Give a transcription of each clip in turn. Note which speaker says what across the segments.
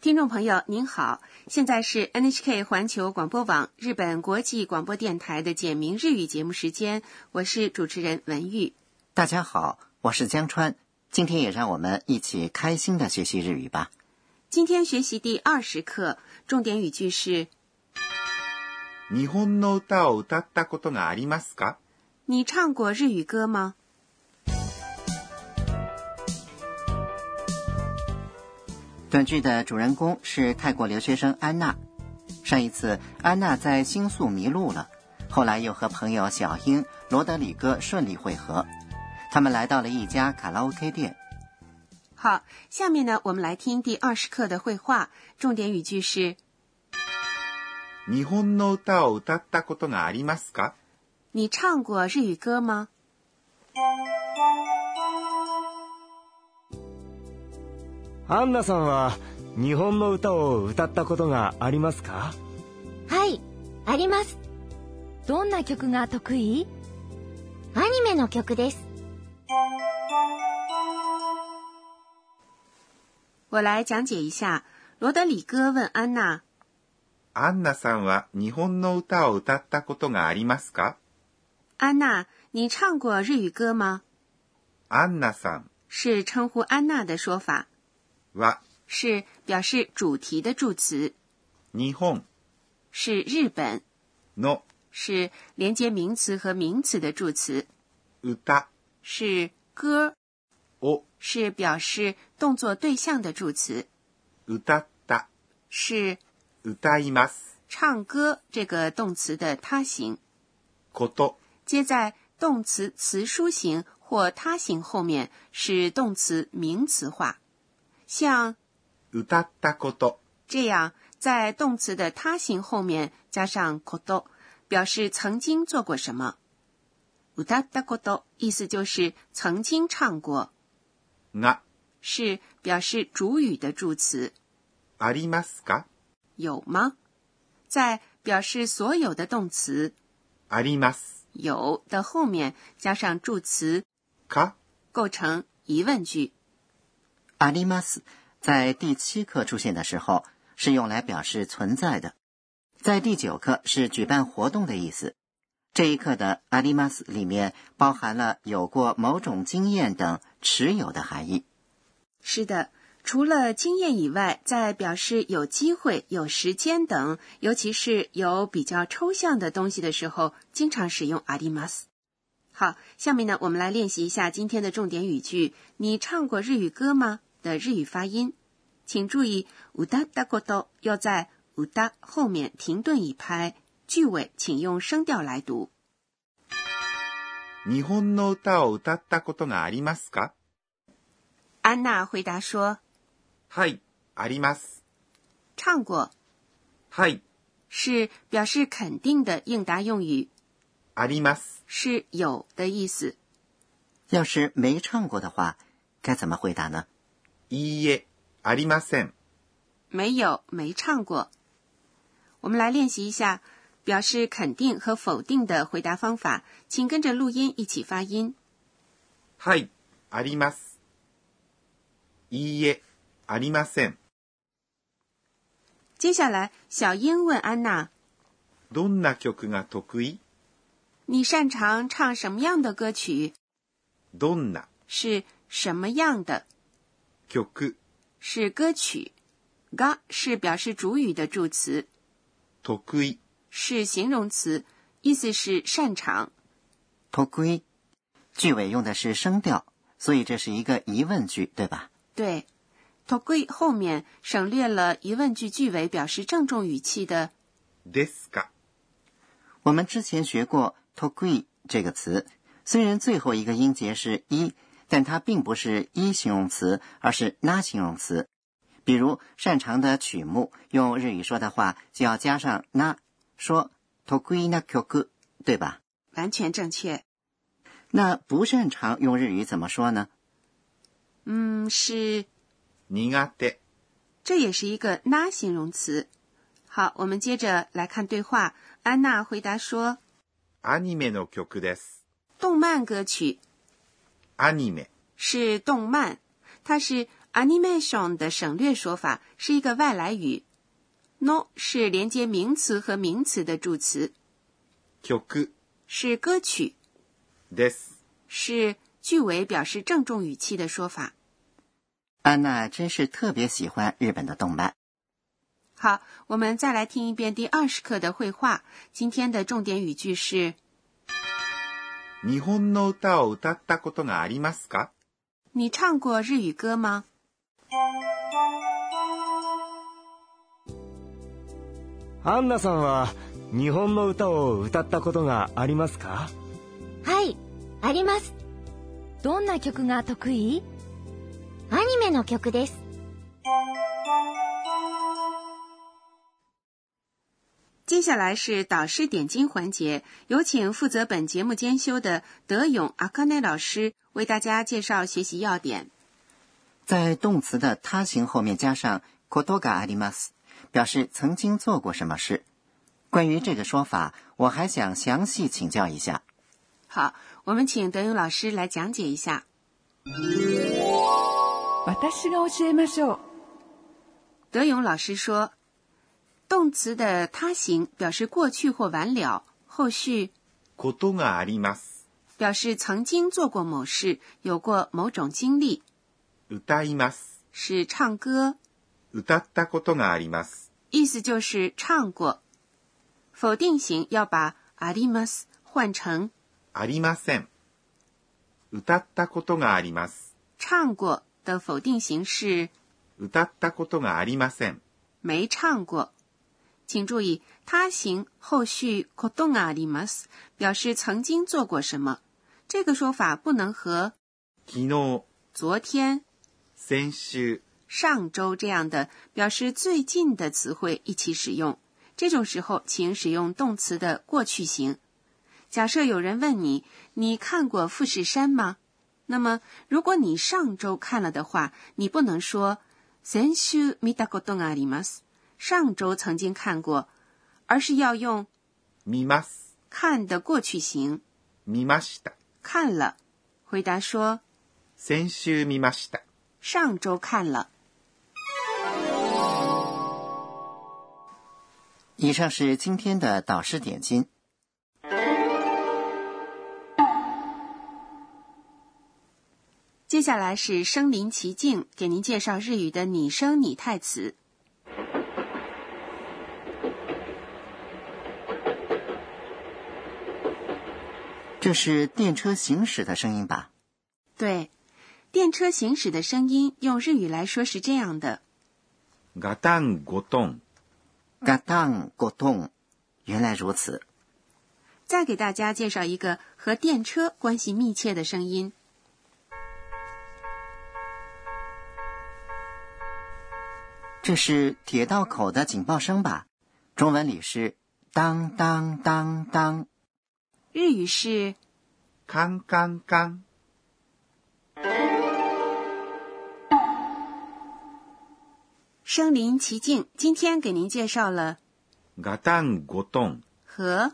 Speaker 1: 听众朋友您好，现在是 NHK 环球广播网日本国际广播电台的简明日语节目时间，我是主持人文玉。
Speaker 2: 大家好，我是江川，今天也让我们一起开心的学习日语吧。
Speaker 1: 今天学习第二十课，重点语句是
Speaker 3: 日本の歌を歌ったことがありますか
Speaker 1: “你唱过日语歌吗
Speaker 2: 短剧的主人公是泰国留学生安娜。上一次，安娜在新宿迷路了，后来又和朋友小英、罗德里戈顺利会合。他们来到了一家卡拉 OK 店。”。
Speaker 1: 好，下面呢，我们来听第二十课的绘画，重点语句是
Speaker 3: 日本の歌を歌ったことがありますか
Speaker 1: “你唱过日语歌吗
Speaker 4: アンナさんは日本の歌を歌ったことがありますか
Speaker 5: はい、あります。
Speaker 6: どんな曲が得意
Speaker 5: アニメの曲です。”。
Speaker 1: 我来讲解一下。罗德里戈问安娜
Speaker 3: アンナさんは日本の歌を歌ったことがありますか：“
Speaker 1: 安娜，你唱过日语歌吗
Speaker 3: アンナさん？”
Speaker 1: 是称呼安娜的说法。
Speaker 3: は
Speaker 1: 是表示主题的助词，
Speaker 3: 日本
Speaker 1: 是日本，
Speaker 3: の
Speaker 1: 是连接名词和名词的助词，
Speaker 3: 歌
Speaker 1: 是歌，
Speaker 3: を
Speaker 1: 是表示动作对象的助词，
Speaker 3: 歌った、
Speaker 1: 是
Speaker 3: 歌います、
Speaker 1: 唱歌这个动词的他形，
Speaker 3: こと、
Speaker 1: 接在动词词书形或他形后面是动词名词化，像
Speaker 3: 歌ったこと、
Speaker 1: 这样，在动词的他形后面加上 kodo，表示曾经做过什么。u t a d a kodo 意思就是曾经唱过，
Speaker 3: が
Speaker 1: 是表示主语的助词。
Speaker 3: ありますか
Speaker 1: 有吗？在表示所有的动词
Speaker 3: あります
Speaker 1: “有”的后面加上助词，
Speaker 3: か
Speaker 1: 构成疑问句。
Speaker 2: 阿里马斯在第七课出现的时候是用来表示存在的，在第九课是举办活动的意思。这一课的阿里马斯里面包含了有过某种经验等持有的含义。
Speaker 1: 是的，除了经验以外，在表示有机会、有时间等，尤其是有比较抽象的东西的时候，经常使用あります。好，下面呢，我们来练习一下今天的重点语句“你唱过日语歌吗”的日语发音。请注意，歌ったこと要在歌后面停顿一拍，句尾请用声调来读。
Speaker 3: 日本の歌を歌ったことがありますか
Speaker 1: 安娜回答说
Speaker 3: はい、あります。：“
Speaker 1: 唱过。
Speaker 3: はい、”
Speaker 1: 是表示肯定的应答用语，
Speaker 3: あります。
Speaker 1: 是有的意思。
Speaker 2: 要是没唱过的话，该怎么回答呢？
Speaker 3: いいえ、ありません。
Speaker 1: 没有，没唱过。我们来练习一下表示肯定和否定的回答方法，请跟着录音一起发音。
Speaker 3: はい、あります。いいえ、ありません。
Speaker 1: 接下来，小英问安娜
Speaker 3: どんな曲が得意：“
Speaker 1: 你擅长唱什么样的歌曲？
Speaker 3: どんな
Speaker 1: 是什么样的？
Speaker 3: 曲、
Speaker 1: 是歌曲。”が是表示主语的助词，
Speaker 3: 得意、
Speaker 1: 是形容词，意思是擅长。
Speaker 2: 头盔，句尾用的是声调，所以这是一个疑问句，对吧？
Speaker 1: 对，得意后面省略了疑问句句尾表示郑重语气的
Speaker 3: ですか、
Speaker 2: 我们之前学过 “tokui” 这个词，虽然最后一个音节是一，但它并不是一形容词，而是那形容词。比如擅长的曲目，用日语说的话就要加上那，说 “tokui na kyoku”，对吧？
Speaker 1: 完全正确。
Speaker 2: 那不擅长用日语怎么说呢？
Speaker 1: 嗯，是，
Speaker 3: 苦手、
Speaker 1: 这也是一个那形容词。好，我们接着来看对话。安娜回答说
Speaker 3: アニメの曲です。：“
Speaker 1: 动漫歌曲
Speaker 3: アニメ、
Speaker 1: 是动漫，它是 animation 的省略说法是一个外来语。no 是连接名词和名词的助词，
Speaker 3: 曲
Speaker 1: 是歌曲，
Speaker 3: です。
Speaker 1: 是句尾表示郑重语气的说法。
Speaker 2: 安娜啊真是特别喜欢日本的动漫。
Speaker 1: 好，我们再来听一遍第二十课的绘画。今天的重点语句是
Speaker 3: 日本の歌を歌ったことがありますか
Speaker 1: 你唱过日语歌吗？
Speaker 4: アンナさんは日本の歌を歌ったことがありますか
Speaker 5: はい、あります。
Speaker 6: どんな曲が得意
Speaker 5: アニメの曲です。
Speaker 1: 接下来是导师点睛环节，有请负责本节目监修的德勇阿卡内老师为大家介绍学习要点。
Speaker 2: 在动词的他形后面加上 “koto ga arimas”，表示曾经做过什么事。关于这个说法，我还想详细请教一下。
Speaker 1: 好，我们请德勇老师来讲解一下。
Speaker 7: 私が教えましょう。
Speaker 1: 德勇老师说，动词的他形表示过去或完了，后续
Speaker 3: ことがあります。
Speaker 1: 表示曾经做过某事，有过某种经历，
Speaker 3: 歌います。
Speaker 1: 是唱歌，
Speaker 3: 歌ったことがあります。
Speaker 1: 意思就是唱过。否定型要把あります换成
Speaker 3: ありません。歌ったことがあります。
Speaker 1: 唱过的否定形是
Speaker 3: 歌ったことがありません。
Speaker 1: 没唱过。请注意，他形后续 koto ga arimas 表示曾经做过什么。这个说法不能和
Speaker 3: 昨日、
Speaker 1: 昨天、
Speaker 3: 先週、
Speaker 1: 上周这样的表示最近的词汇一起使用。这种时候，请使用动词的过去形。假设有人问你：“你看过富士山吗？”那么，如果你上周看了的话，你不能说“先週見たことがあります”，上周曾经看过，而是要用
Speaker 3: 見ます。
Speaker 1: “看”的过去形
Speaker 3: 見ました。
Speaker 1: “看了”。回答说
Speaker 3: 先週見ました。：“
Speaker 1: 上周看了。”
Speaker 2: 以上是今天的导师点睛。
Speaker 1: 接下来是身临其境，给您介绍日语的拟声拟态词。
Speaker 2: 这是电车行驶的声音吧？
Speaker 1: 对，电车行驶的声音用日语来说是这样的。
Speaker 3: ガタンゴトン。
Speaker 2: 嘎当果咚，原来如此。
Speaker 1: 再给大家介绍一个和电车关系密切的声音。
Speaker 2: 这是铁道口的警报声吧？中文里是当当当当。
Speaker 1: 日语是
Speaker 3: カンカンカン。
Speaker 1: 身临其境。今天给您介绍了
Speaker 3: ガタンゴトン。
Speaker 1: 和。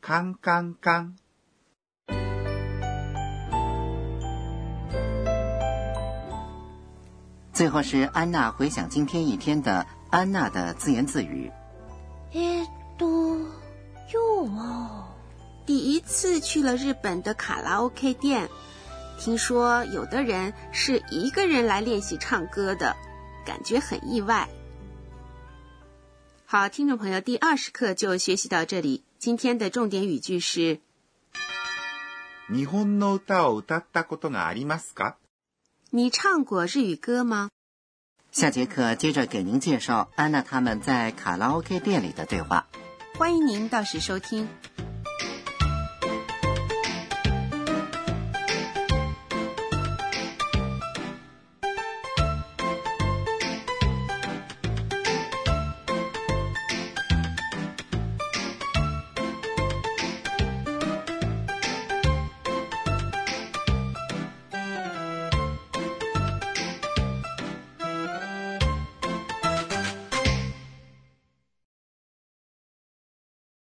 Speaker 3: カンカンカン。
Speaker 2: 最后是安娜回想今天一天的安娜的自言自语。
Speaker 5: えー、っと、今日は、
Speaker 1: 第一次去了日本的卡拉 OK 店，听说有的人是一个人来练习唱歌的，感觉很意外。好，听众朋友，第二十课就学习到这里。今天的重点语句是：
Speaker 3: 日本の歌を歌ったことがありますか
Speaker 1: 你唱过日语歌吗？
Speaker 2: 下节课接着给您介绍安娜他们在卡拉 OK 店里的对话。
Speaker 1: 欢迎您到时收听。